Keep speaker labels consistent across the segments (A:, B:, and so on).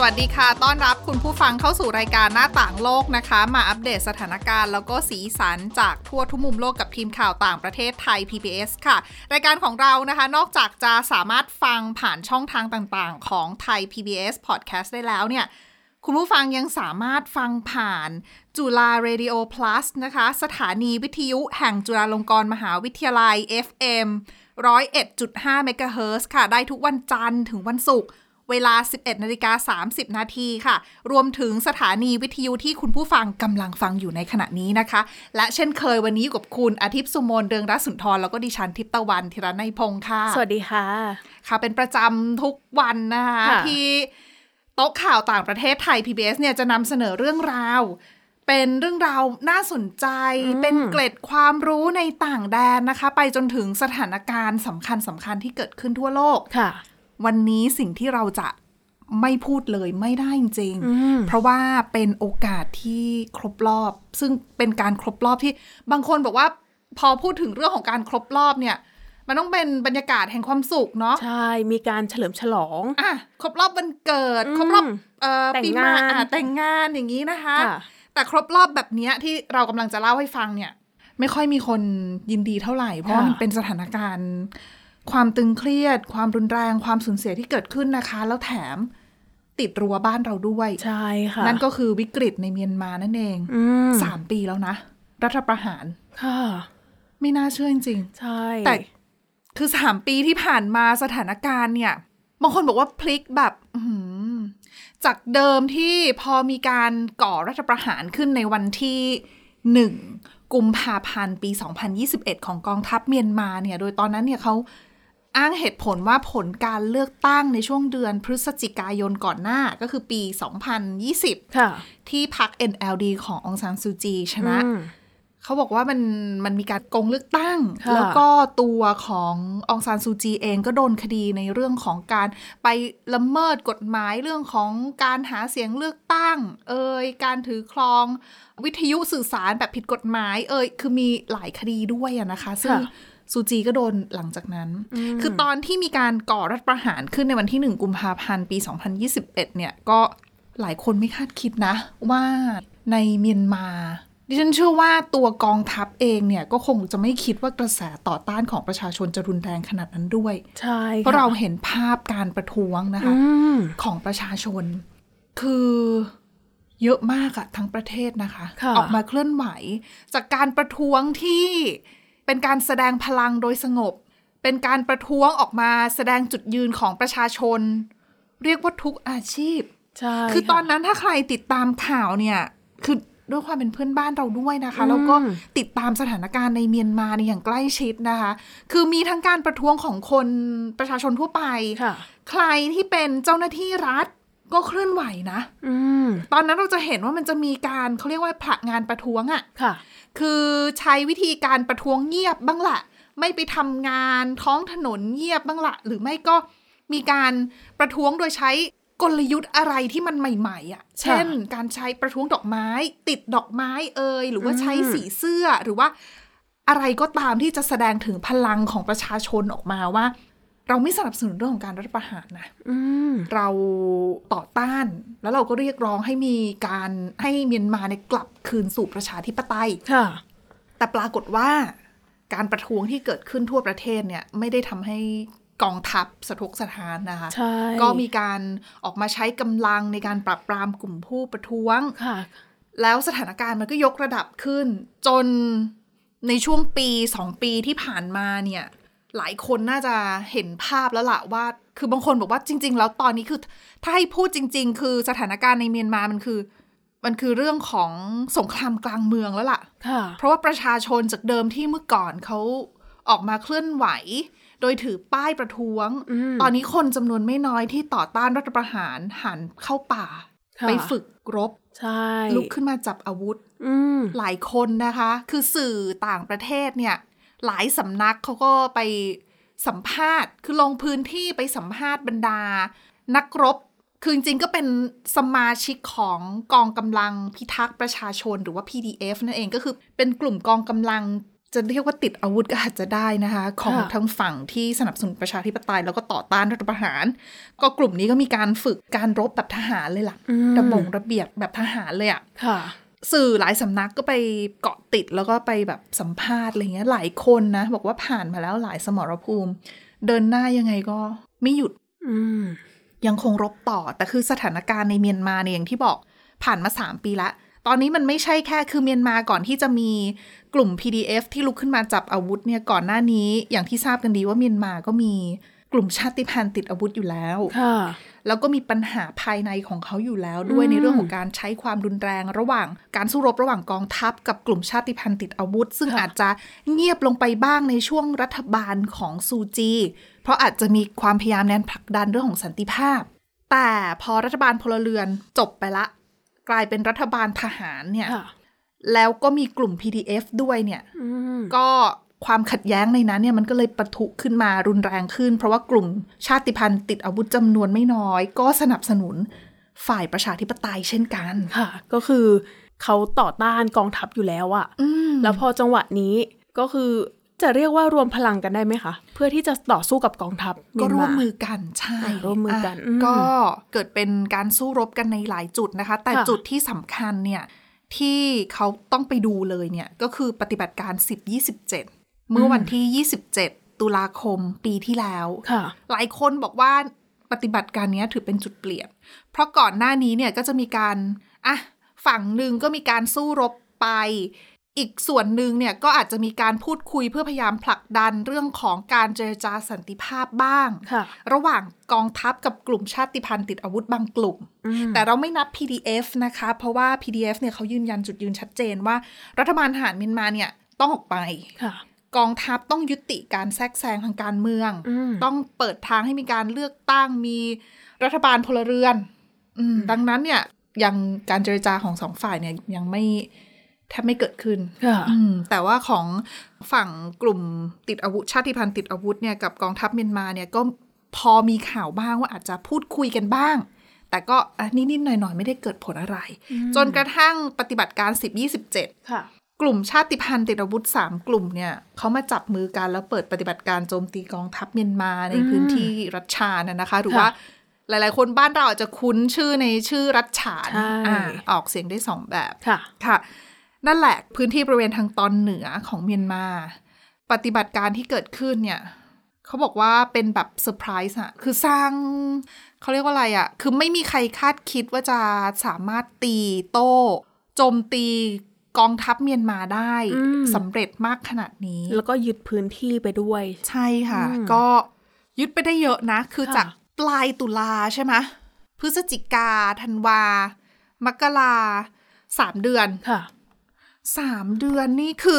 A: สวัสดีค่ะ ต้อนรับคุณผู้ฟังเข้าสู่รายการหน้าต่างโลกนะคะ มาอัปเดตสถานการณ์แล้วก็สีสันจากทั่วทุกมุมโลกกับทีมข่าวต่างประเทศไทย PBS ค่ะ รายการของเรานะคะ นอกจากจะสามารถฟังผ่านช่องทางต่างๆ ของไทย PBS Podcast ได้แล้วเนี่ย คุณผู้ฟังยังสามารถฟังผ่านจุฬา Radio Plus นะคะ สถานีวิทยุแห่งจุฬาลงกรณ์มหาวิทยาลัย FM 101.5เมกะเฮิรตซ์ค่ะ ได้ทุกวันจันทร์ถึงวันศุกร์เวลา 11นาฬิกา30 นาทีค่ะ รวมถึงสถานีวิทยุที่คุณผู้ฟังกำลังฟังอยู่ในขณะนี้นะคะ และเช่นเคยวันนี้อยู่กับคุณอาทิตย์สุโมนเรืองรัศนทรแล้วก็ดิฉันทิพย์ตะวันธีรนัยพงค์ค่ะ
B: สวัสดีค่ะ
A: ค่ะเป็นประจำทุกวันนะคะ
B: ค่ะ
A: ที่โต๊ะข่าวต่างประเทศไทย PBS เนี่ยจะนำเสนอเรื่องราว เป็นเรื่องราวน่าสนใจ เป็นเกล็ดความรู้ในต่างแดนนะคะ ไปจนถึงสถานการณ์สำคัญสำคัญๆที่เกิดขึ้นทั่วโลก
B: ค่ะ
A: วันนี้สิ่งที่เราจะไม่พูดเลยไม่ได้จริงๆ
B: อืม
A: เพราะว่าเป็นโอกาสที่ครบรอบ ซึ่งเป็นการครบรอบที่บางคนบอกว่าพอพูดถึงเรื่องของการครบรอบเนี่ย มันต้องเป็นบรรยากาศแห่งความสุขเนาะ
B: ใช่ มีการเฉลิมฉลอง
A: อ่ะครบรอบวันเกิด
B: อืม
A: ครบรอบเอ่อ
B: แต่ง
A: ปีใหม่
B: งาน
A: อ่ะแต่งงานอย่างนี้นะคะ
B: ค่ะ
A: แต่ครบรอบแบบเนี้ยที่เรากำลังจะเล่าให้ฟังเนี่ย ไม่ค่อยมีคนยินดีเท่าไหร่ เพราะว่ามันเป็นสถานการณ์ ความตึงเครียด ความรุนแรง ความสูญเสียที่เกิดขึ้นนะคะ แล้วแถมติดรั้วบ้านเราด้วย
B: ใช่ค่ะ
A: นั่นก็คือวิกฤตในเมียนมานั่นเอง
B: อืม
A: สามปีแล้วนะ รัฐประหาร
B: ค่ะ
A: ไม่น่าเชื่อจริงๆ
B: ใช่
A: แต่คือสามปีที่ผ่านมาสถานการณ์เนี่ยบางคนบอกว่าพลิกแบบอื้อหือจากเดิมที่พอมีการก่อรัฐประหารขึ้นในวันที่หนึ่งกุมภาพันธ์ปี 2021 ของกองทัพเมียนมาเนี่ย โดยตอนนั้นเนี่ยเขาอ้างเหตุผลว่าผลการเลือกตั้งในช่วงเดือนพฤศจิกายนก่อนหน้าก็คือปี 2020
B: ค่ะ
A: ที่พรรค NLD ขององซานซูจีชนะ
B: อืม
A: เขาบอกว่ามันมันมีการโกงเลือกตั้ง
B: ค่ะ
A: แล้วก็ตัวขององซานซูจีเองก็โดนคดีในเรื่องของการไปละเมิดกฎหมายเรื่องของการหาเสียงเลือกตั้ง เอ่ยการถือครองวิทยุสื่อสารแบบผิดกฎหมาย เอ่ยคือมีหลายคดีด้วยอะนะคะ ซึ่งซูจีก็โดนหลังจากนั้น คือตอนที่มีการก่อรัฐประหารขึ้นในวันที่ 1 กุมภาพันธ์ปี 2021 เนี่ยก็หลายคนไม่คาดคิดนะ ว่าในเมียนมา ดิฉันเชื่อว่าตัวกองทัพเองเนี่ยก็คงจะไม่คิดว่ากระแสต่อต้านของประชาชนจะรุนแรงขนาดนั้นด้วย
B: ใช่
A: เพราะ
B: ค่
A: เราเห็นภาพการประท้วงนะคะ
B: อืม
A: ของประชาชน คือเยอะมากอะทั้งประเทศนะคะ
B: ะ
A: ออกมาเคลื่อนไหว จากการประท้วงที่เป็นการแสดงพลังโดยสงบ เป็นการประท้วงออกมาแสดงจุดยืนของประชาชน เรียกว่าทุกอาชีพ
B: ใช่
A: คือตอน
B: ค่ะ
A: นั้นถ้าใครติดตามข่าวเนี่ย คือด้วยความเป็นเพื่อนบ้านเราด้วยนะคะ แล้วก็
B: อืม
A: ติดตามสถานการณ์ในเมียนมาเนี่ยอย่างใกล้ชิดนะคะ คือมีทั้งการประท้วงของคนประชาชนทั่วไป
B: ค่ะ
A: ใครที่เป็นเจ้าหน้าที่รัฐก็เคลื่อนไหวนะ
B: อืม
A: ตอนนั้นเราจะเห็นว่ามันจะมีการเขาเรียกว่าผลักงานประท้วงอะ่ะ
B: ค่ะ
A: คือใช้วิธีการประท้วงเงียบบ้างละไม่ไปทำงานท้องถนนเงียบบ้างละหรือไม่ก็มีการประท้วงโดยใช้กลยุทธ์อะไรที่มันใหม่ๆอะ่ะ เช่น การใช้ประท้วงดอกไม้ ติดดอกไม้เอ่ยหรือว่าใช้สีเสื้อหรือว่า อะไรก็ตามที่จะแสดงถึงพลังของประชาชนออกมาว่า เราไม่สนับสนุนเรื่องของการรัฐประหารนะ
B: อืม
A: เราต่อต้านแล้วเราก็เรียกร้องให้มีการให้เมียนมาเนี่ยกลับคืนสู่ประชาธิปไตย
B: ค่ะ
A: แต่ปรากฏว่าการประท้วงที่เกิดขึ้นทั่วประเทศเนี่ย ไม่ได้ทำให้กองทัพสะทกสะท้านนะคะ
B: ใช่
A: ก็มีการออกมาใช้กำลังในการปราบปรามกลุ่มผู้ประท้วง
B: ค่ะ
A: แล้วสถานการณ์มันก็ยกระดับขึ้น จนในช่วงปีสองปีที่ผ่านมาเนี่ย หลายคนน่าจะเห็นภาพแล้วล่ะว่า คือบางคนบอกว่าจริง ๆ แล้วตอนนี้คือ ถ้าให้พูดจริง ๆ คือสถานการณ์ในเมียนมามันคือ มันคือเรื่องของสงครามกลางเมืองแล้วล่ะ
B: ค่ะ
A: เพราะว่าประชาชนจากเดิมที่เมื่อก่อนเขาออกมาเคลื่อนไหว โดยถือป้ายประท้วง
B: อืม
A: ตอนนี้คนจำนวนไม่น้อยที่ต่อต้านรัฐประหารหันเข้าป่า
B: ค่ะ
A: ไปฝึกรบ
B: ใช่
A: ลุกขึ้นมาจับอาวุธ
B: อืม
A: หลายคนนะคะ คือสื่อต่างประเทศเนี่ย หลายสำนักเขาก็ไปสัมภาษณ์ คือลงพื้นที่ไปสัมภาษณ์บรรดา นักรบ คือจริงๆก็เป็นสมาชิกของกองกำลังพิทักษ์ประชาชนหรือว่า PDF นั่นเองก็คือเป็นกลุ่มกองกำลังจะเรียกว่าติดอาวุธก็อาจจะได้นะคะ ของ
B: ค่ะ
A: ทั้งฝั่งที่สนับสนุนประชาธิปไตยแล้วก็ต่อต้านรัฐประหาร ก็กลุ่มนี้ก็มีการฝึกการรบแบบทหารเลยล่ะ
B: อืม
A: ระบงระเบียบแบบทหารเลยอะ
B: ค่ะ
A: สื่อหลายสำนักก็ไปเกาะติดแล้วก็ไปแบบสัมภาษณ์อะไรเงี้ยหลายคนนะ บอกว่าผ่านมาแล้วหลายสมรภูมิ เดินหน้ายังไงก็ไม่หยุด
B: อืม
A: ยังคงรบต่อ แต่คือสถานการณ์ในเมียนมาเนี่ยอย่างที่บอกผ่านมา 3 ปีละ ตอนนี้มันไม่ใช่แค่คือเมียนมาก่อนที่จะมีกลุ่ม PDF ที่ลุกขึ้นมาจับอาวุธเนี่ยก่อนหน้านี้อย่างที่ทราบกันดีว่าเมียนมาก็มีกลุ่มชาติพันธุ์ติดอาวุธอยู่แล้ว
B: ค่ะ
A: แล้วก็มีปัญหาภายในของเขาอยู่แล้วด้วย
B: อืม
A: ในเรื่องของการใช้ความรุนแรงระหว่างการสู้รบระหว่างกองทัพ กับกลุ่มชาติพันธุ์ติดอาวุธ ซึ่งอาจจะเงียบลงไปบ้างในช่วงรัฐบาลของซูจี เพราะอาจจะมีความพยายามแนนผลักดันเรื่องของสันติภาพ แต่พอรัฐบาลพลเรือนจบไปละ กลายเป็นรัฐบาลทหารเนี่ย
B: ค่ะ
A: แล้วก็มีกลุ่ม PDF ด้วยเนี่ย
B: อืม
A: ก็ความขัดแย้งในนั้นเนี่ยมันก็เลยปะทุขึ้นมารุนแรงขึ้น เพราะว่ากลุ่มชาติพันธุ์ติดอาวุธจำนวนไม่น้อย ก็สนับสนุนฝ่ายประชาธิปไตยเช่นกัน
B: ค่ะ ก็คือเขาต่อต้านกองทัพอยู่แล้วอะ
A: แล้
B: แล้ว วพอจังหวะนี้ก็คือจะเรียกว่ารวมพลังกันได้ไหมคะ เพื่อที่จะต่อสู้กับกองทัพ
A: ก็ร่วมมื
B: เยน
A: อกันใช่
B: อ่ะร่วมมือกันะ อืม
A: ก็เกิดเป็นการสู้รบกันในหลายจุดนะคะ แต่
B: ค่ะ
A: จุดที่สำคัญเนี่ยที่เขาต้องไปดูเลยเนี่ยก็คือปฏิบัติการ 1027 เมื่อวันที่ 27 ตุลาคมปีที่แล้ว
B: มาค่ะ
A: หลายคนบอกว่าปฏิบัติการเนี้ยถือเป็นจุดเปลี่ยน เพราะก่อนหน้านี้เนี่ยก็จะมีการอ่ะฝั่งหนึ่งก็มีการสู้รบไป อีกส่วนหนึ่งเนี่ยก็อาจจะมีการพูดคุยเพื่อพยายามผลักดันเรื่องของการเจรจาสันติภาพบ้าง
B: ค่ะ
A: ระหว่างกองทัพกับกลุ่มชาติพันธุ์ติดอาวุธบางกลุ่ม
B: อืม
A: แต่เราไม่นับ PDF นะคะ เพราะว่า PDF เนี่ยเขายืนยันจุดยืนชัดเจนว่า รัฐบาลทหารเมียนมาเนี่ยต้องออกไป
B: ค่ะ
A: กองทัพต้องยุติการแทรกแซงทางการเมือง
B: อืม
A: ต้องเปิดทางให้มีการเลือกตั้งมีรัฐบาลพลเรือนอืมดังนั้นเนี่ยยังการเจรจาของสองฝ่ายเนี่ยยังไม่แทบไม่เกิดขึ้น
B: ค่ะ
A: อืมแต่ว่าของฝั่งกลุ่มติดอาวุธ ชาติพันธุ์ติดอาวุธเนี่ยกับกองทัพเมียนมาเนี่ยก็พอมีข่าวบ้างว่าอาจจะพูดคุยกันบ้าง แต่ก็อ่ะนิดๆหน่อยๆ ไม่ได้เกิดผลอะไร จนกระทั่งปฏิบัติการ 1027
B: ค่ะ
A: กลุ่มชาติพันธุ์ติดอาวุธสามกลุ่มเนี่ยเขามาจับมือกันแล้วเปิดปฏิบัติการโจมตีกองทัพเมียนมาใน
B: อืม
A: พื้นที่รัชชานะนะคะ หรือ
B: ค่ะ
A: ว่าหลายๆ คนบ้านเราอาจจะคุ้นชื่อในชื่อรัชฉาน
B: ใช่
A: อ่าออกเสียงได้สองแบบ
B: ค่ะ
A: ค่ะ นั่นแหละพื้นที่บริเวณทางตอนเหนือของเมียนมา ปฏิบัติการที่เกิดขึ้นเนี่ยเขาบอกว่าเป็นแบบเซอร์ไพรส์อะคือสร้างเขาเรียกว่าอะไรอะคือไม่มีใครคาดคิดว่าจะสามารถตีโต้โจมตีกองทัพเมียนมาได้
B: อืม
A: สำเร็จมากขนาดนี้
B: แล้วก็ยึดพื้นที่ไปด้วย
A: ใช่ค่ะ
B: อืม
A: ก็ยึดไปได้เยอะนะ คือ
B: ค่ะ
A: จากปลายตุลาใช่ไหมพฤศจิกาธันวา มกราสามเดือน
B: ค่ะ
A: สามเดือนนี่คือ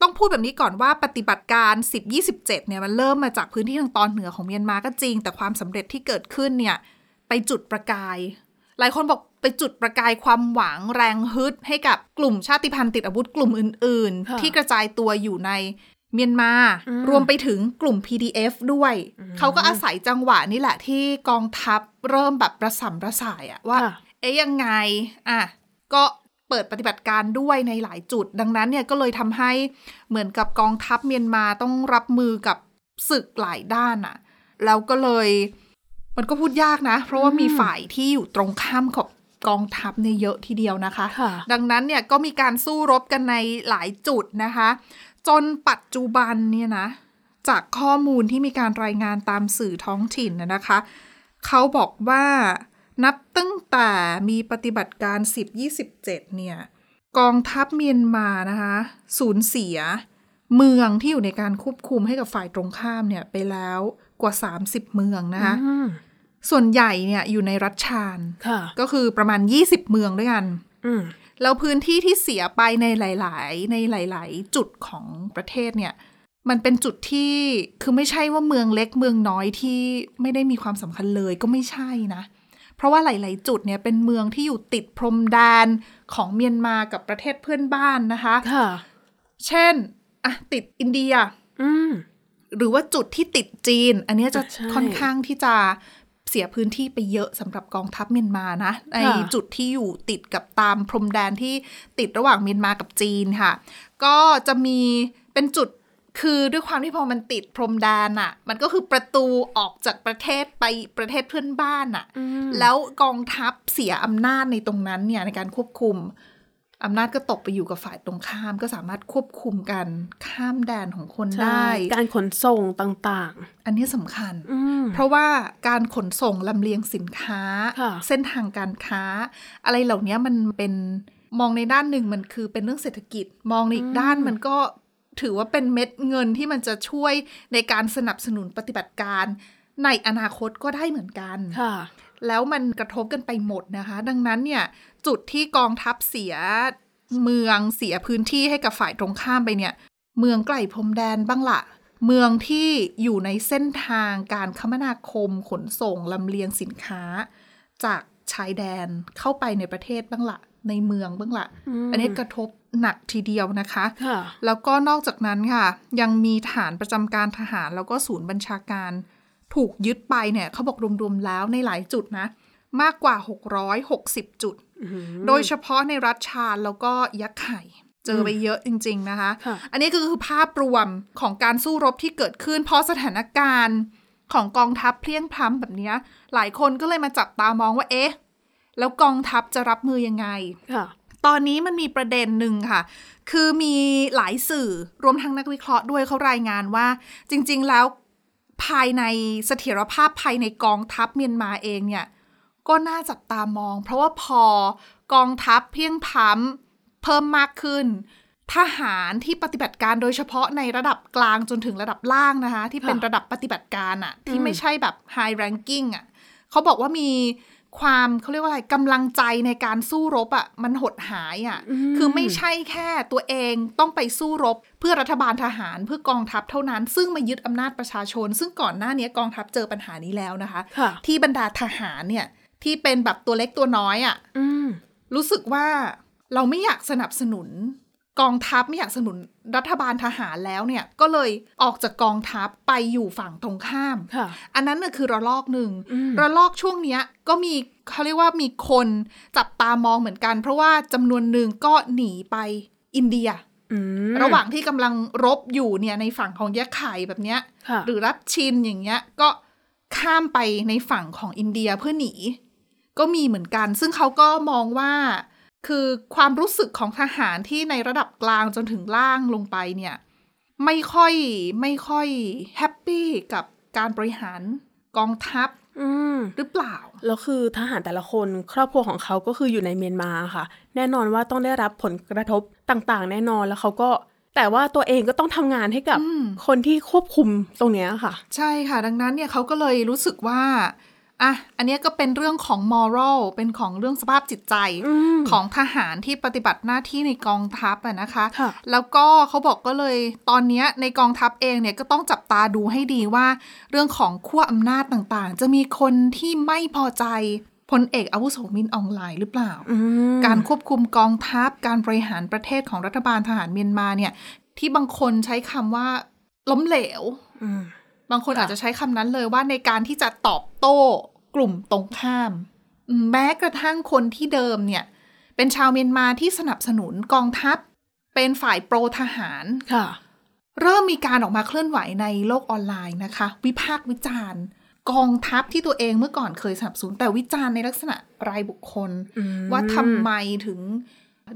A: ต้องพูดแบบนี้ก่อนว่าปฏิบัติการ 1027 เนี่ยมันเริ่มมาจากพื้นที่ทางตอนเหนือของเมียนมาก็จริง แต่ความสำเร็จที่เกิดขึ้นเนี่ย ไปจุดประกาย หลายคนบอกไปจุดประกายความหวังแรงฮึดให้กับกลุ่มชาติพันธุ์ติดอาวุธกลุ่มอื่น
B: ค่ะ
A: ๆ ที่กระจายตัวอยู่ในเมียนมา
B: อืม
A: รวมไปถึงกลุ่ม PDF ด้วย เขาก็อาศัยจังหวะนี่แหละที่กองทัพเริ่มแบบระสำระสายอะว่า
B: ค่ะ
A: เอ๊ยยังไง อ่ะ ก็เปิดปฏิบัติการด้วยในหลายจุด ดังนั้นเนี่ยก็เลยทำให้เหมือนกับกองทัพเมียนมาต้องรับมือกับศึกหลายด้านอะแล้วก็เลย มันก็พูดยากนะ เพราะว่ามีฝ่ายที่อยู่ตรงข้ามกับกองทัพเนี่ยเยอะทีเดียวนะคะ
B: ค่ะ
A: ดังนั้นเนี่ยก็มีการสู้รบกันในหลายจุดนะคะ จนปัจจุบันเนี่ยนะ จากข้อมูลที่มีการรายงานตามสื่อท้องถิ่นนะนะคะ เขาบอกว่านับตั้งแต่มีปฏิบัติการ 1027 เนี่ย กองทัพเมียนมานะคะ สูญเสีย เมืองที่อยู่ในการควบคุมให้กับฝ่ายตรงข้ามเนี่ยไปแล้วกว่า 30 เมืองนะคะ
B: อืม
A: ส่วนใหญ่เนี่ยอยู่ในรัชชาน
B: ค่ะ
A: ก็คือประมาณ 20 เมืองด้วยกัน
B: อืม
A: แล้วพื้นที่ที่เสียไปในหลาย ๆ ในหลาย ๆ จุดของประเทศเนี่ย มันเป็นจุดที่คือไม่ใช่ว่าเมืองเล็กเมืองน้อยที่ไม่ได้มีความสำคัญเลยก็ไม่ใช่นะ เพราะว่าหลาย ๆ จุดเนี่ยเป็นเมืองที่อยู่ติดพรมแดนของเมียนมากับประเทศเพื่อนบ้านนะคะ
B: ค่ะ
A: เช่นอ่ะติดอินเดีย
B: อืม
A: หรือว่าจุดที่ติดจีน อันเนี้ยจะ
B: อ่ะใช่
A: ค่อนข้างที่จะ เสียพื้นที่ไปเยอะสำหรับกองทัพเมียนมานะใน
B: ค่ะ
A: จุดที่อยู่ติดกับตามพรมแดนที่ติดระหว่างเมียนมากับจีนค่ะ ก็จะมีเป็นจุดคือด้วยความที่พอมันติดพรมแดนอะ่ะ มันก็คือประตูออกจากประเทศไปประเทศเพื่อนบ้านอ่ะ แล้วกองทัพเสียอำนาจในตรงนั้นเนี่ยในการควบคุมอำนาจก็ตกไปอยู่กับฝ่ายตรงข้าม ก็สามารถควบคุมการข้ามแดนของคน
B: ใช่
A: ได้
B: การขนส่งต่าง
A: อันนี้สำคัญ
B: ๆ อืม
A: เพราะว่าการขนส่งลำเลียงสินค้า
B: ค่ะ
A: เส้นทางการค้า อะไรเหล่านี้มันเป็นมองในด้านหนึ่งมันคือเป็นเรื่องเศรษฐกิจ มองในอีกด้านมันก็ถือว่าเป็นเม็ดเงินที่มันจะช่วยในการสนับสนุนปฏิบัติการ ในอนาคตก็ได้เหมือนกัน
B: ค่ะ
A: แล้วมันกระทบกันไปหมดนะคะ ดังนั้นเนี่ย จุดที่กองทัพเสียเมืองเสียพื้นที่ให้กับฝ่ายตรงข้ามไปเนี่ย เมืองใกล้พรมแดนบ้างละเมืองที่อยู่ในเส้นทางการคมนาคมขนส่งลำเลียงสินค้า จากชายแดนเข้าไปในประเทศบ้างละในเมืองบ้างละ
B: อืม
A: อันนี้กระทบหนักทีเดียวนะคะ
B: ค่ะ
A: แล้วก็นอกจากนั้นค่ะ ยังมีฐานประจำการทหารแล้วก็ศูนย์บัญชาการ ถูกยึดไปเนี่ยเขาบอกรวมๆแล้วในหลายจุดนะ มากกว่า 660 จุด โดยเฉพาะในรัฐชาญแล้วก็ยักษ์ไข่เจอไปเยอะจริง ๆนะคะ
B: ค่ะ
A: อันนี้คือภาพรวมของการสู้รบที่เกิดขึ้น เพราะสถานการณ์ของกองทัพเพลียงพล้ำแบบเนี้ยหลายคนก็เลยมาจับตามองว่าเอ๊ะแล้วกองทัพจะรับมือยังไง
B: ค่ะ
A: ตอนนี้มันมีประเด็นหนึ่งค่ะ คือมีหลายสื่อรวมทั้งนักวิเคราะห์ด้วยเขารายงานว่า จริง ๆ แล้วภายในเสถียรภาพภายในกองทัพเมียนมาเองเนี่ย ก็น่าจับตามอง เพราะว่าพอกองทัพเพียงพล้ำเพิ่มมากขึ้น ทหารที่ปฏิบัติการโดยเฉพาะในระดับกลางจนถึงระดับล่างนะคะ ที่เป็น
B: ค่ะ
A: ระดับปฏิบัติการอะที่ไม่ใช่แบบ high ranking อะ เขาบอกว่ามีความเขาเรียกว่าอะไรกำลังใจในการสู้รบอะ่ะมันหดหายอะ่ะคือไม่ใช่แค่ตัวเองต้องไปสู้รบ เพื่อรัฐบาลทหารเพื่อกองทัพเท่านั้น ซึ่งมายึดอำนาจประชาชน ซึ่งก่อนหน้านี้กองทัพเจอปัญหานี้แล้วนะคะ
B: ค่ะ
A: ที่บรรดาทหารเนี่ยที่เป็นแบบตัวเล็กตัวน้อยอ่ะ
B: อืม
A: รู้สึกว่าเราไม่อยากสนับสนุน กองทัพไม่อยากสนับสนุนรัฐบาลทหารแล้วเนี่ย ก็เลยออกจากกองทัพไปอยู่ฝั่งตรงข้าม
B: ค่ะ
A: อันนั้นน่ะคือระลอกหนึ่ง
B: อืม
A: ระลอกช่วงเนี้ยก็มีเขาเรียกว่ามีคนจับตามองเหมือนกัน เพราะว่าจำนวนหนึ่งก็หนีไปอินเดีย
B: อืม
A: ระหว่างที่กำลังรบอยู่เนี่ยในฝั่งของยะไข่แบบเนี้ย
B: ค่ะ
A: หรือรัชชินอย่างเงี้ยก็ข้ามไปในฝั่งของอินเดียเพื่อหนี ก็มีเหมือนกัน ซึ่งเขาก็มองว่า คือความรู้สึกของทหารที่ในระดับกลางจนถึงล่างลงไปเนี่ย ไม่ค่อยไม่ค่อยแฮปปี้กับการบริหารกองทัพ
B: อืม
A: หรือเปล่า
B: แล้วคือทหารแต่ละคนครอบครัวของเขาก็คืออยู่ในเมียนมาค่ะ แน่นอนว่าต้องได้รับผลกระทบต่างๆ แน่นอนแล้วเขาก็ แต่ว่าตัวเองก็ต้องทำงานให้กับ
A: อืม
B: คนที่ควบคุมตรงเนี้ยค่ะ
A: ใช่ค่ะ ดังนั้นเนี่ยเขาก็เลยรู้สึกว่าอ่ะอันเนี้ยก็เป็นเรื่องของมอรัลเป็นของเรื่องสภาพจิตใจ
B: อืม
A: ของทหารที่ปฏิบัติหน้าที่ในกองทัพอะนะคะ
B: ค่ะ
A: แล้วก็เขาบอกก็เลยตอนเนี้ยในกองทัพเองเนี่ยก็ต้องจับตาดูให้ดีว่า เรื่องของขั้วอำนาจต่างๆ จะมีคนที่ไม่พอใจพลเอกอาวุโสมินอองไลน์หรือเปล่า
B: อืม
A: การควบคุมกองทัพการบริหารประเทศของรัฐบาลทหารเมียนมาเนี่ยที่บางคนใช้คำว่าล้มเหลว
B: อืม
A: บางคนอาจจะใช้คำนั้นเลยว่าในการที่จะตอบโต้กลุ่มตรงข้ามอืมแม้กระทั่งคนที่เดิมเนี่ย เป็นชาวเมียนมาที่สนับสนุนกองทัพ เป็นฝ่ายโปรทหาร
B: ค่ะ
A: เริ่มมีการออกมาเคลื่อนไหวในโลกออนไลน์นะคะ วิพากษ์วิจารณ์ กองทัพที่ตัวเองเมื่อก่อนเคยสนับสนุนแต่วิจารณ์ในลักษณะรายบุคคล
B: อืม
A: ว่าทำไมถึง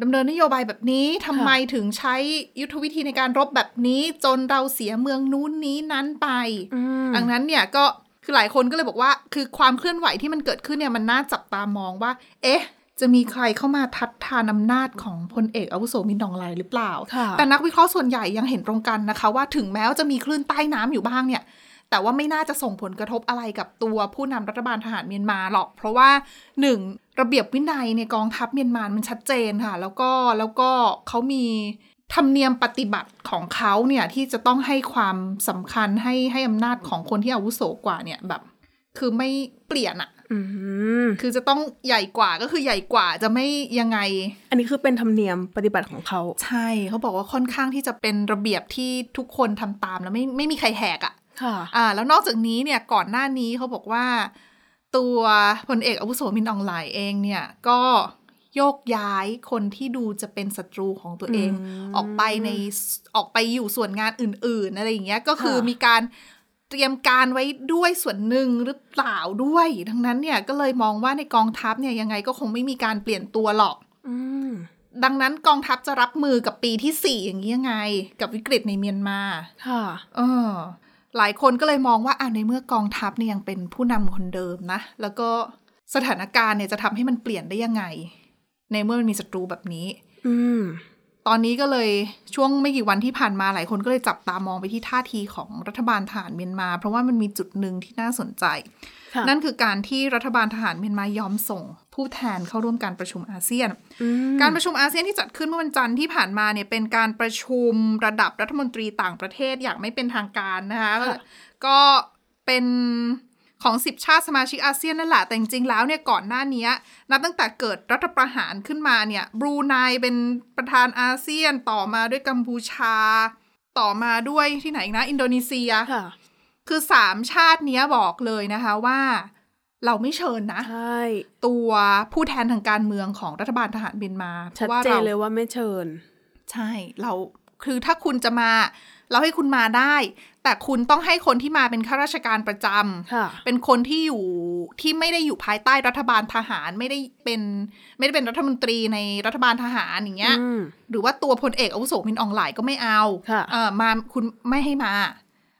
A: ดำเนินนโยบายแบบนี้ทำไมถึงใช้ยุทธวิธีในการรบแบบนี้ จนเราเสียเมืองนู้นนี้นั้นไป
B: อืม
A: ดังนั้นเนี่ยก็คือหลายคนก็เลยบอกว่า คือความเคลื่อนไหวที่มันเกิดขึ้นเนี่ยมันน่าจับตามองว่า เอ๊ะ จะมีใครเข้ามาทัดทานอำนาจของพลเอกอาวุโสมินดองไลหรือเปล่า
B: ค่ะ
A: แต่นักวิเคราะห์ส่วนใหญ่ยังเห็นตรงกันนะคะ ว่าถึงแม้ว่าจะมีคลื่นใต้น้ำอยู่บ้างเนี่ย แต่ว่าไม่น่าจะส่งผลกระทบอะไรกับตัวผู้นำรัฐบาลทหารเมียนมาหรอก เพราะว่าหนึ่งระเบียบวินัยในกองทัพเมียนมามันชัดเจนค่ะ แล้วก็แล้วก็เขามีธรรมเนียมปฏิบัติของเขาเนี่ยที่จะต้องให้ความสำคัญให้ให้อำนาจของคนที่อาวุโสกว่าเนี่ยแบบ คือไม่เปลี่ยนอะ
B: อืม
A: คือจะต้องใหญ่กว่าก็คือใหญ่กว่าจะไม่ยังไง
B: อันนี้คือเป็นธรรมเนียมปฏิบัติของเขา
A: ใช่เขาบอกว่าค่อนข้างที่จะเป็นระเบียบที่ทุกคนทำตามแล้วไม่ไม่มีใครแหกอ่ะ
B: ค่ะ
A: อ่าแล้วนอกจากนี้เนี่ยก่อนหน้านี้เขาบอกว่า ตัวพลเอกอาวุโสมินอองหลายเองเนี่ย ก็โยกย้ายคนที่ดูจะเป็นศัตรูของตัวเอง
B: อืม
A: ออกไปในออกไปอยู่ส่วนงานอื่น ๆ อะไรอย่างเงี้ยก็คือ
B: ค่ะ
A: มีการเตรียมการไว้ด้วยส่วนหนึ่งหรือเปล่าด้วย ดังนั้นเนี่ยก็เลยมองว่าในกองทัพเนี่ยยังไงก็คงไม่มีการเปลี่ยนตัวหรอก
B: อืม
A: ดังนั้นกองทัพจะรับมือกับปีที่สี่อย่างนี้ยังไง กับวิกฤตในเมียนมา
B: ค่ะ
A: เออหลายคนก็เลยมองว่าอ้าวในเมื่อกองทัพเนี่ยยังเป็นผู้นำคนเดิมนะ แล้วก็สถานการณ์เนี่ยจะทำให้มันเปลี่ยนได้ยังไง ในเมื่อมันมีศัตรูแบบนี้
B: อืม
A: ตอนนี้ก็เลยช่วงไม่กี่วันที่ผ่านมาหลายคนก็เลยจับตามองไปที่ท่าทีของรัฐบาลทหารเมียนมา เพราะว่ามันมีจุดหนึ่งที่น่าสนใจ
B: ค่ะ
A: นั่นคือการที่รัฐบาลทหารเมียนมายอมส่ง ผู้แทนเข้าร่วมการประชุมอาเซียน
B: อืม
A: การประชุมอาเซียนที่จัดขึ้นเมื่อวันจันทร์ที่ผ่านมาเนี่ยเป็นการประชุมระดับรัฐมนตรีต่างประเทศอย่างไม่เป็นทางการนะคะ
B: ค่ะ
A: ก็เป็นของ 10 ชาติสมาชิกอาเซียนนั่นแหละ แต่จริงๆแล้วเนี่ยก่อนหน้านี้นับตั้งแต่เกิดรัฐประหารขึ้นมาเนี่ยบรูไนเป็นประธานอาเซียนต่อมาด้วยกัมพูชา ต่อมาด้วยที่ไหนอีกนะ อินโดนีเซีย
B: ค่ะ
A: คือ 3 ชาติเนี้ยบอกเลยนะคะว่าเราไม่เชิญนะ
B: ใช่
A: ตัวผู้แทนทางการเมืองของรัฐบาลทหารเมียนมา
B: ชัด
A: ว่า
B: เจน
A: รา
B: เลยว่าไม่เชิญ
A: ใช่ เราคือถ้าคุณจะมา เราให้คุณมาได้ แต่คุณต้องให้คนที่มาเป็นข้าราชการประจำ
B: ค่ะ
A: เป็นคนที่อยู่ที่ไม่ได้อยู่ภายใต้รัฐบาลทหารไม่ได้เป็นไม่ได้เป็นรัฐมนตรีในรัฐบาลทหารอย่างเงี้ย
B: อืม
A: หรือว่าตัวพลเอกอาวุโสมินอองหลายก็ไม่เอา
B: ค่ะ
A: เออมาคุณไม่ให้มา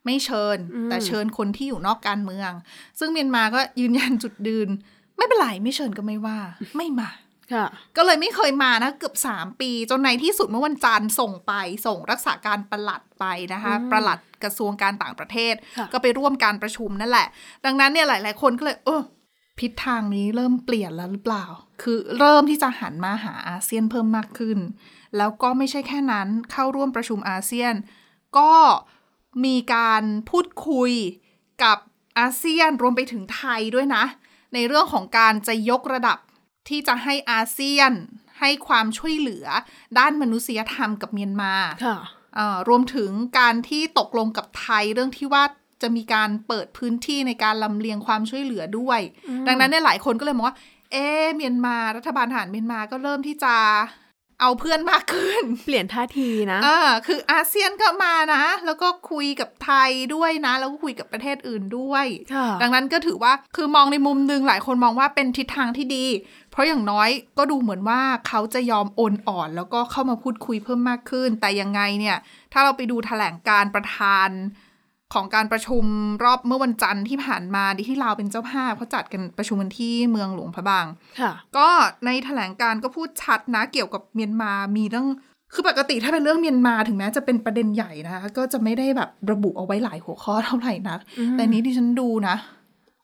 A: ไม่เชิญ
B: อืม
A: แต่เชิญคนที่อยู่นอกการเมือง ซึ่งเมียนมาก็ยืนยันจุดยืนไม่เป็นไรไม่เชิญก็ไม่ว่า ไม่มา
B: ค่ะ
A: ก็เลยไม่เคยมานะเกือบ 3 ปี จนในที่สุดเมื่อวันจันทร์ส่งไปส่งรักษาการประหลัดไปนะคะ
B: อืม
A: ประหลัดกระทรวงการต่างประเทศ
B: ค่ะ
A: ก็ไปร่วมการประชุมนั่นแหละ ดังนั้นเนี่ยหลาย ๆ คนก็เลยเออพิศทางนี้เริ่มเปลี่ยนแล้วหรือเปล่า คือเริ่มที่จะหันมาหาอาเซียนเพิ่มมากขึ้น แล้วก็ไม่ใช่แค่นั้นเข้าร่วมประชุมอาเซียน ก็มีการพูดคุยกับอาเซียนรวมไปถึงไทยด้วยนะ ในเรื่องของการจะยกระดับที่จะให้อาเซียนให้ความช่วยเหลือด้านมนุษยธรรมกับเมียนมา
B: ค่ะ
A: เอ่อรวมถึงการที่ตกลงกับไทยเรื่องที่ว่าจะมีการเปิดพื้นที่ในการลำเลียงความช่วยเหลือด้วย ดังนั้นเนี่ยหลายคนก็เลยมองว่า เอ๊ะเมียนมารัฐบาลทหารเมียนมาก็เริ่มที่จะเอาเพื่อนมากขึ้น
B: เปลี่ยนท่าทีนะ
A: เออคืออาเซียนก็มานะ แล้วก็คุยกับไทยด้วยนะ แล้วก็คุยกับประเทศอื่นด้วย
B: ค่ะ
A: ดังนั้นก็ถือว่าคือมองในมุมหนึ่งหลายคนมองว่าเป็นทิศทางที่ดี เพราะอย่างน้อยก็ดูเหมือนว่าเขาจะยอมโอนอ่อน แล้วก็เข้ามาพูดคุยเพิ่มมากขึ้น แต่ยังไงเนี่ย ถ้าเราไปดูแถลงการประธานของการประชุมรอบเมื่อวันจันทร์ที่ผ่านมาที่ลาวเป็นเจ้าภาพเขาจัดกันประชุมกันที่เมืองหลวงพระบาง
B: ค่ะ
A: ก็ในถแถลงการก็พูดชัดนะเกี่ยวกับเมียนมามีเรื่องคือปกติถ้าเป็นเรื่องเมียนมาถึงแม้จะเป็นประเด็นใหญ่นะคะ ก็จะไม่ได้แบบระบุเอาไว้หลายหัวข้อเท่าไหร่นะ
B: อืม
A: แต่นี้ที่ฉันดูนะ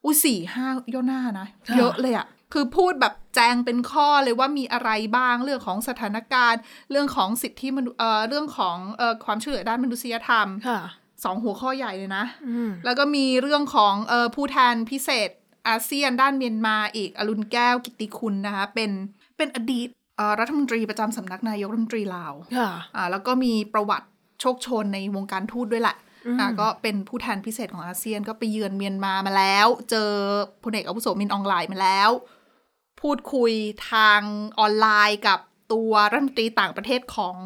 A: อุ้ยสี่ห้าย่อหน้านะ
B: ค่ะ
A: เยอะเลยอะคือพูดแบบแจงเป็นข้อเลยว่ามีอะไรบ้างเรื่องของสถานการณ์ เรื่องของสิทธิมนุษย์เอ่อเรื่องของเอ่อความช่วยเหลือด้านมนุษยธรรม
B: ค่ะ
A: สองหัวข้อใหญ่เลยนะ
B: อืม
A: แล้วก็มีเรื่องของเออผู้แทนพิเศษอาเซียนด้านเมียนมาอีกอรุณแก้วกิตติคุณนะคะเป็นเป็นอดีตเอ่อรัฐมนตรีประจำสำนักนายกรัฐมนตรีลาว
B: ค่ะ
A: อ่าแล้วก็มีประวัติโชคโชนในวงการทูตด้วยแหละ
B: อืม
A: อ่าก็เป็นผู้แทนพิเศษของอาเซียนก็ไปเยือนเมียนมามาแล้ว เจอพลเอกอาวุโสมินอองไลน์มาแล้ว พูดคุยทางออนไลน์กับตัวรัฐมนตรีต่างประเทศของ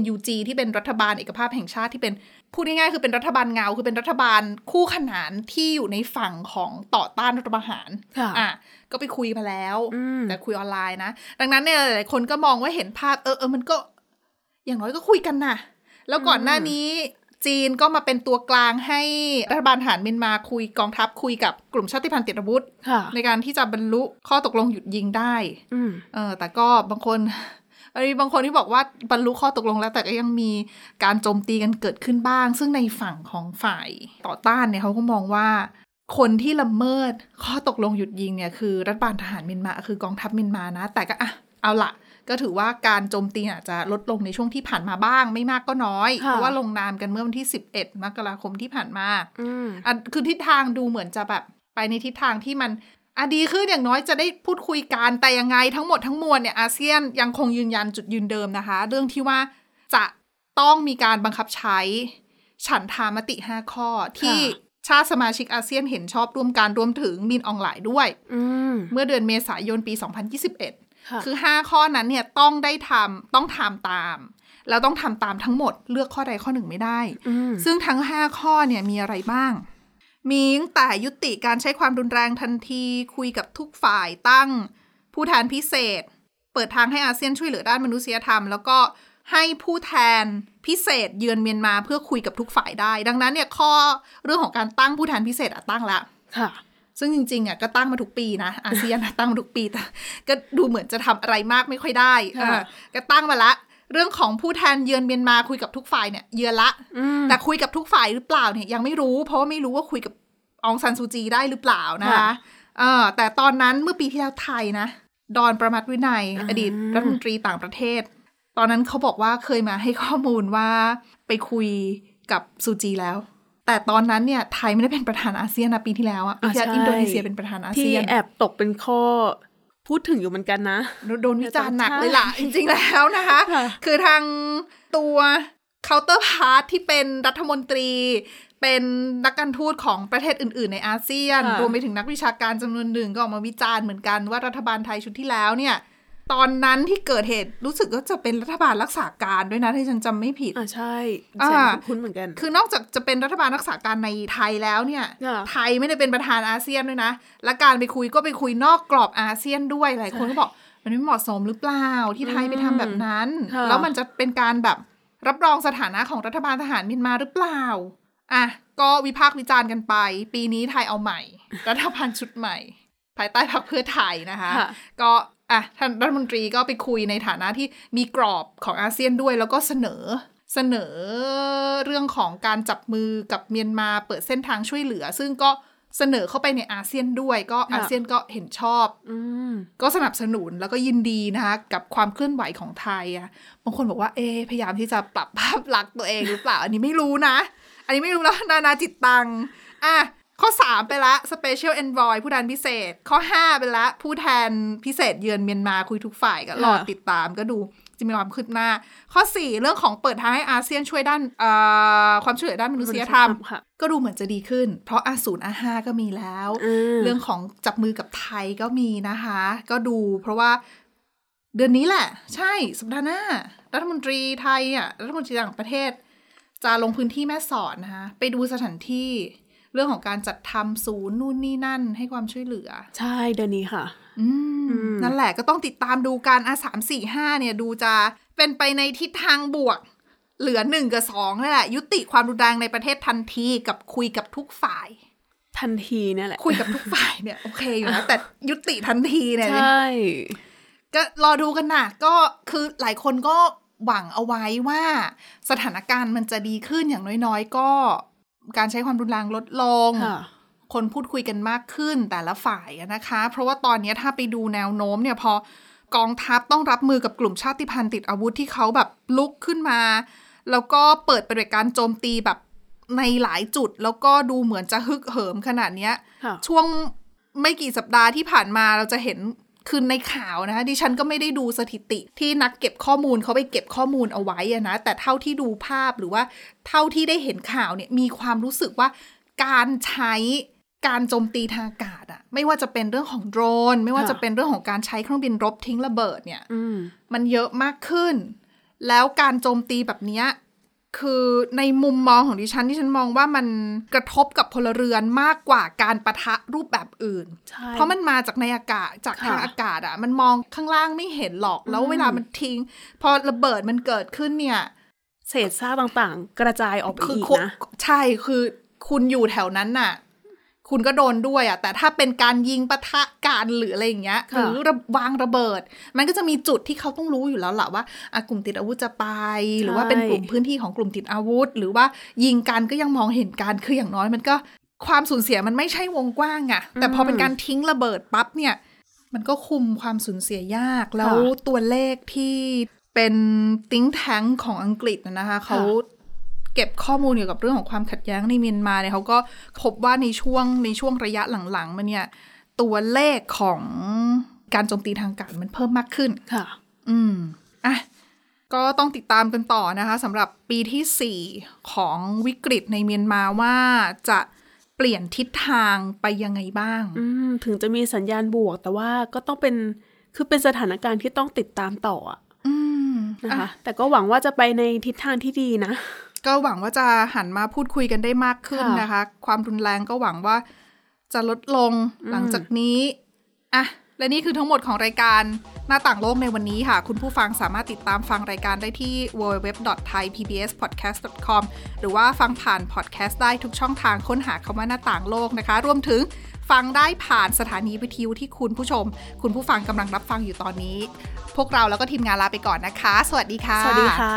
A: NUG ที่เป็นรัฐบาลเอกภาพแห่งชาติที่เป็นพูดง่ายๆคือเป็นรัฐบาลเงา คือเป็นรัฐบาลคู่ขนานที่อยู่ในฝั่งของต่อต้านรัฐประหาร
B: ค่ะ
A: อ่ะก็ไปคุยมาแล้ว
B: อืม
A: แต่คุยออนไลน์นะ ดังนั้นเนี่ยหลายๆคนก็มองว่าเห็นภาพเออเออมันก็ อย่างน้อยก็คุยกันนะแล้วก่อน
B: อืม
A: หน้านี้จีนก็มาเป็นตัวกลางให้รัฐบาลทหารเมียนมาคุยกองทัพคุยกับกลุ่มชาติพันธุ์ติดอาวุธ
B: ค่ะ
A: ในการที่จะบรรลุข้อตกลงหยุดยิงได้
B: อืม
A: เออแต่ก็บางคน มีบางคนที่บอกว่าบรรลุข้อตกลงแล้ว แต่ก็ยังมีการโจมตีกันเกิดขึ้นบ้าง ซึ่งในฝั่งของฝ่ายต่อต้านเนี่ยเขาก็มองว่า คนที่ละเมิดข้อตกลงหยุดยิงเนี่ยคือรัฐบาลทหารเมียนมาคือกองทัพเมียนมานะ แต่ก็อ่ะเอาละก็ถือว่าการโจมตีอาจจะลดลงในช่วงที่ผ่านมาบ้าง ไม่มากก็น้อย
B: ค่ะ
A: เพราะว่าลงนามกันเมื่อวันที่ 11 มกราคมที่ผ่านมา
B: อืม
A: อ่ะคือทิศทางดูเหมือนจะแบบไปในทิศทางที่มันอะดีขึ้นอย่างน้อยจะได้พูดคุยกันแต่ยังไงทั้งหมดทั้งมวลเนี่ยอาเซียนยังคงยืนยันจุดยืนเดิมนะคะ เรื่องที่ว่าจะต้องมีการบังคับใช้ ฉันทามติ 5 ข้อที่ ชาติสมาชิกอาเซียนเห็นชอบร่วมการรวมถึงมินอองหลายด้วย
B: อืม
A: เมื่อเดือนเมษายนปี
B: ค่ะ
A: 2021 คือ 5 ข้อนั้นเนี่ยต้องได้ทำต้องทำตาม แล้วต้องทำตามทั้งหมดเลือกข้อใดข้อหนึ่งไม่ได้
B: อืม
A: ซึ่งทั้ง 5 ข้อเนี่ยมีอะไรบ้าง มีตั้งแต่ยุติการใช้ความรุนแรงทันทีคุยกับทุกฝ่ายตั้ง ผู้แทนพิเศษ เปิดทางให้อาเซียนช่วยเหลือด้านมนุษยธรรม แล้วก็ให้ผู้แทนพิเศษเยือนเมียนมาเพื่อคุยกับทุกฝ่ายได้ ดังนั้นเนี่ยข้อเรื่องของการตั้งผู้แทนพิเศษอะตั้งละ
B: ค่ะ
A: ซึ่งจริงๆอ่ะก็ตั้งมาทุกปี นะอาเซียนอะ ตั้งมาทุกปีแต่ก็ดูเหมือนจะทำอะไรมากไม่ค่อยได้
B: ค่ะ
A: อ่าก็ตั้งมาละ เรื่องของผู้แทนเยือนเมียนมาคุยกับทุกฝ่ายเนี่ยเยือนละ
B: อืม
A: แต่คุยกับทุกฝ่ายหรือเปล่าเนี่ยยังไม่รู้ เพราะว่าไม่รู้ว่าคุยกับองซันซูจีได้หรือเปล่านะคะ
B: ค่ะ
A: เออแต่ตอนนั้นเมื่อปีที่แล้วไทยนะ ดอนประมัติวินัย
B: อ่า
A: อดีตรัฐมนตรีต่างประเทศ ตอนนั้นเขาบอกว่าเคยมาให้ข้อมูลว่าไปคุยกับซูจีแล้ว แต่ตอนนั้นเนี่ยไทยไม่ได้เป็นประธานอาเซียนนะปีที่แล้วอะปีที่แล้วอินโดนีเซียเป็นประธานอา
B: ที่
A: เซียน
B: แอบตกเป็นข้อ พูดถึงอยู่เหมือนกันนะ
A: โดนวิจารณ์หนักเลยล่ะ จริงๆแล้วนะคะ
B: ค่ะ
A: คือทางตัวเคาน์เตอร์พาร์ทที่เป็นรัฐมนตรี เป็นนักการทูตของประเทศอื่น ๆ ในอาเซียน
B: ค่ะ
A: รวมไปถึงนักวิชาการจำนวนหนึ่งก็ออกมาวิจารณ์เหมือนกันว่ารัฐบาลไทยชุดที่แล้วเนี่ย ตอนนั้นที่เกิดเหตุรู้สึกก็จะเป็นรัฐบาลรักษาการด้วยนะที่ฉันจำไม่ผิด
B: อ่าใช่
A: อ่า
B: แสนคุ้นๆเหมือนกัน
A: คือนอกจากจะเป็นรัฐบาลรักษาการในไทยแล้วเนี่ย
B: ค่ะ
A: ไทยไม่ได้เป็นประธานอาเซียนด้วยนะ และการไปคุยก็ไปคุยนอกกรอบอาเซียนด้วย หลายคนก็บอก มันไม่เหมาะสมหรือเปล่าที่ไทยไปทำแบบนั้น
B: ค่ะ
A: แล้วมันจะเป็นการแบบรับรองสถานะของรัฐบาลทหารเมียนมาหรือเปล่า อ่ะ ก็วิพากษ์วิจารณ์กันไป ปีนี้ไทยเอาใหม่ รัฐบาลชุดใหม่ ภายใต้พรรคเพื่อไทยนะคะ
B: ค่ะ
A: ก็อ่ะท่านรัฐมนตรีก็ไปคุยในฐานะที่มีกรอบของอาเซียนด้วย แล้วก็เสนอเสนอเรื่องของการจับมือกับเมียนมาเปิดเส้นทางช่วยเหลือ ซึ่งก็เสนอเข้าไปในอาเซียนด้วย ก็
B: ค่ะ
A: อาเซียนก็เห็นชอบ
B: อืม
A: ก็สนับสนุนแล้วก็ยินดีนะคะกับความเคลื่อนไหวของไทยอะบางคนบอกว่าเอะพยายามที่จะปรับภาพลักษณ์ตัวเองหรือเปล่า อันนี้ไม่รู้นะ อันนี้ไม่รู้แล้วนานาจิตตังอ่ะข้อ 3 ไปละ Special Envoy ผู้แทนพิเศษ ข้อ 5 ไปละ ผู้แทนพิเศษเยือนเมียนมาคุยทุกฝ่ายก็รอติดตามก็ดูจะมีความคืบหน้า ข้อ 4 เรื่องของเปิดทางให้อาเซียนช่วยด้านเอ่อความช่วยเหลือด้านมนุษยธรรม
B: ค่ะ
A: ก็ดูเหมือนจะดีขึ้น เพราะอาศูนย์อาห้าก็มีแล้ว
B: อืม
A: เรื่องของจับมือกับไทยก็มีนะคะ ก็ดูเพราะว่าเดือนนี้แหละ ใช่สัปดาห์หน้า รัฐมนตรีไทยอ่ะรัฐมนตรีต่างประเทศ จะลงพื้นที่แม่สอดนะคะไปดูสถานที่เรื่องของการจัดทำศูนย์นู่นนี่นั่นให้ความช่วยเหลือ
B: ใช่เดือนนี้ค่ะ
A: อื
B: อื
A: ม
B: ม
A: นั่นแหละก็ต้องติดตามดูการอาสามสี่ห้าเนี่ยดูจะเป็นไปในทิศทางบวก เหลือหนึ่งกับสองนั่นแหละ ยุติความรุนแรงในประเทศทันทีกับคุยกับทุกฝ่าย
B: ทันทีเนี่ยแหละ
A: คุยกับทุกฝ่ายเนี่ย โอเคอยู่ นะแต่ยุติทันทีเนี่ย
B: ใช่
A: ก็รอดูกันนะก็คือหลายคนก็หวังเอาไว้ว่าสถานการณ์มันจะดีขึ้นอย่างน้อยๆ ก็ การใช้ความรุนแรงลดลง
B: ค่ะ
A: คนพูดคุยกันมากขึ้นแต่ละฝ่ายอะนะคะ เพราะว่าตอนเนี้ยถ้าไปดูแนวโน้มเนี่ยพอกองทัพต้องรับมือกับกลุ่มชาติพันธุ์ติดอาวุธที่เขาแบบลุกขึ้นมา แล้วก็เปิดปฏิบัติการโจมตีแบบในหลายจุด แล้วก็ดูเหมือนจะฮึกเหิมขนาดเนี้ย
B: ค่ะ
A: ช่วงไม่กี่สัปดาห์ที่ผ่านมาเราจะเห็นคือในข่าวนะคะดิฉันก็ไม่ได้ดูสถิติที่นักเก็บข้อมูลเขาไปเก็บข้อมูลเอาไว้อะนะแต่เท่าที่ดูภาพหรือว่าเท่าที่ได้เห็นข่าวเนี่ยมีความรู้สึกว่าการใช้การโจมตีทางอากาศอะไม่ว่าจะเป็นเรื่องของโดรน ไม่ว่า
B: ค่ะ
A: จะเป็นเรื่องของการใช้เครื่องบินรบทิ้งระเบิดเนี่ย
B: อืม
A: มันเยอะมากขึ้น แล้วการโจมตีแบบเนี้ยคือในมุมมองของดิฉันที่ฉันมองว่ามันกระทบกับพลเรือนมากกว่าการประทะรูปแบบอื่น
B: ใช่
A: เพราะมันมาจากในอากาศจาก
B: ค่ะ
A: ทางอากาศอะ่ะ มันมองข้างล่างไม่เห็นหรอก แล้ว
B: อืม
A: เวลามันทิ้ง พอระเบิดมันเกิดขึ้นเนี่ย
B: เศษซากต่างๆ กระจายออกไป
A: คือ
B: อีก
A: คุณ
B: นะ
A: ใช่คือคุณอยู่แถวนั้นน่ะ คุณก็โดนด้วยอ่ะ แต่ถ้าเป็นการยิงปะทะการหรืออะไรอย่างเงี้ยห
B: ค่ะ
A: รือระวางระเบิด มันก็จะมีจุดที่เขาต้องรู้อยู่แล้วล่ะว่าอ่ะกลุ่มติดอาวุธจะไป หรือว่าเป็นกลุ่มพื้นที่ของกลุ่มติดอาวุธ หรือว่ายิงกันก็ยังมองเห็นกันคืออย่างน้อย มันก็ความสูญเสียมันไม่ใช่วงกว้างอ่ะ แต่พอเป็นการทิ้งระเบิดปั๊บเนี่ย มันก็คุมความสูญเสียยากแล้วตัวเลขที่เป็นติ้งแท้งของอังกฤษนะนะคะเขา เก็บข้อมูลเกี่ยวกับเรื่องของความขัดแย้งในเมียนมาเนี่ยเขาก็พบว่าในช่วงในช่วงระยะหลังๆ มันเนี่ย ตัวเลขของการโจมตีทางการมันเพิ่มมากขึ้น
B: ค่ะ
A: อืมอ่ะก็ต้องติดตามกันต่อนะคะสำหรับปีที่ 4 ของวิกฤตในเมียนมาว่าจะ เปลี่ยนทิศทางไปยังไงบ้าง
B: อืมถึงจะมีสัญญาณบวก แต่ว่าก็ต้องเป็นคือเป็นสถานการณ์ที่ต้องติดตามต่ออะ
A: อืม
B: นะ
A: อ่ะ
B: คะ แต่ก็หวังว่าจะไปในทิศทางที่ดีนะ
A: ก็หวังว่าจะหันมาพูดคุยกันได้มากขึ้น
B: ค่ะ
A: นะคะ ความรุนแรงก็หวังว่าจะลดลง
B: อืม
A: หลังจากนี้อ่ะและนี่คือทั้งหมดของรายการหน้าต่างโลกในวันนี้ค่ะ คุณผู้ฟังสามารถติดตามฟังรายการได้ที่ www.thaipbspodcast.com หรือว่าฟังผ่านพอดแคสต์ได้ทุกช่องทางค้นหาคำว่าหน้าต่างโลกนะคะ รวมถึงฟังได้ผ่านสถานีวิทยุที่คุณผู้ชม คุณผู้ฟังกำลังรับฟังอยู่ตอนนี้ พวกเราแล้วก็ทีมงานลาไปก่อนนะคะ สวัสดีค่ะ
B: สวัสดีค่ะ